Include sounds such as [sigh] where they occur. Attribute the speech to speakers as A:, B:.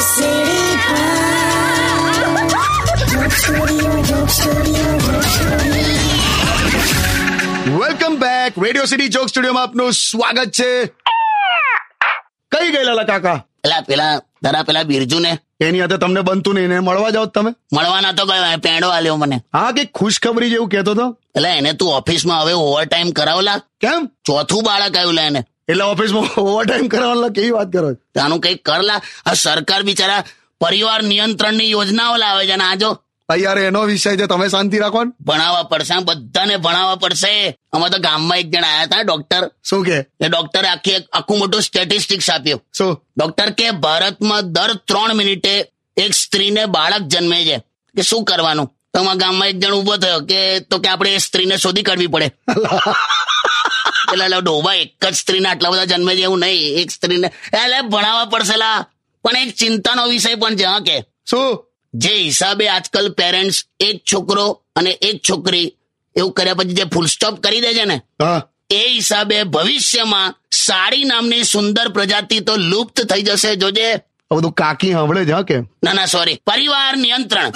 A: સીડી
B: welcome back radio city joke સ્ટુડિયોમાં આપનું સ્વાગત છે કઈ ગયેલા લા કાકા
C: પેલા પેલા તારા પેલા બિરજુ ને
B: એની હાથે તમને બનતું નહીં ને મળવા જાઓ તમે
C: મળવાના તો ગયો પેંડો આલ્યો મને
B: હા કે ખુશખબરી જેવું કહેતો હતો
C: એટલે એને તું ઓફિસમાં હવે ઓવર ટાઈમ કરાવલા
B: કેમ
C: ચોથું બાળક આવ્યું લે એને
B: એટલે ઓફિસમાં [laughs] ઓવરટાઈમ કરવાના લા, કેવી વાત કરો છો?
C: તાનું કઈક કરલા આ સરકાર બિચારા પરિવાર નિયંત્રણની યોજનાઓ લાવે છે અને આજો
B: આ યાર એનો વિષય છે તમે શાંતિ રાખો ને
C: ભણાવવા પડશે આ બધાને ભણાવવા પડશે અમે તો ગામમાં એક જણ આયા હતા ડોક્ટર
B: શું કે
C: એ ડોક્ટરે આખી એક આખું મોટું સ્ટેટિસ્ટિક્સ આપ્યું
B: શું
C: ડોક્ટર કે ભારતમાં દર ત્રણ મિનિટે એક સ્ત્રીને બાળક જન્મે છે કે શું કરવાનું તો અમારા ગામમાં એક જણ ઉભો થયો કે તો કે આપણે એ સ્ત્રીને શોધી કાઢવી પડે એટલે લા ડોબા એક જ સ્ત્રીને આટલા બધા જન્મે છે એવું નહીં એક સ્ત્રીને એટલે ભણાવવા પડશે લા પણ એક ચિંતાનો વિષય પણ છે હા કે
B: શું
C: જે હિસાબે આજકાલ પેરેન્ટ્સ એક છોકરો અને એક છોકરી એવું કર્યા પછી જે ફૂલ સ્ટોપ કરી દે છે ને
B: હા
C: એ હિસાબે ભવિષ્યમાં સાડી નામની સુંદર પ્રજાતિ તો લુપ્ત થઈ જશે જોજે
B: આ બધું કાકી સાંભળે છે હા કે
C: ના ના સોરી પરિવાર નિયંત્રણ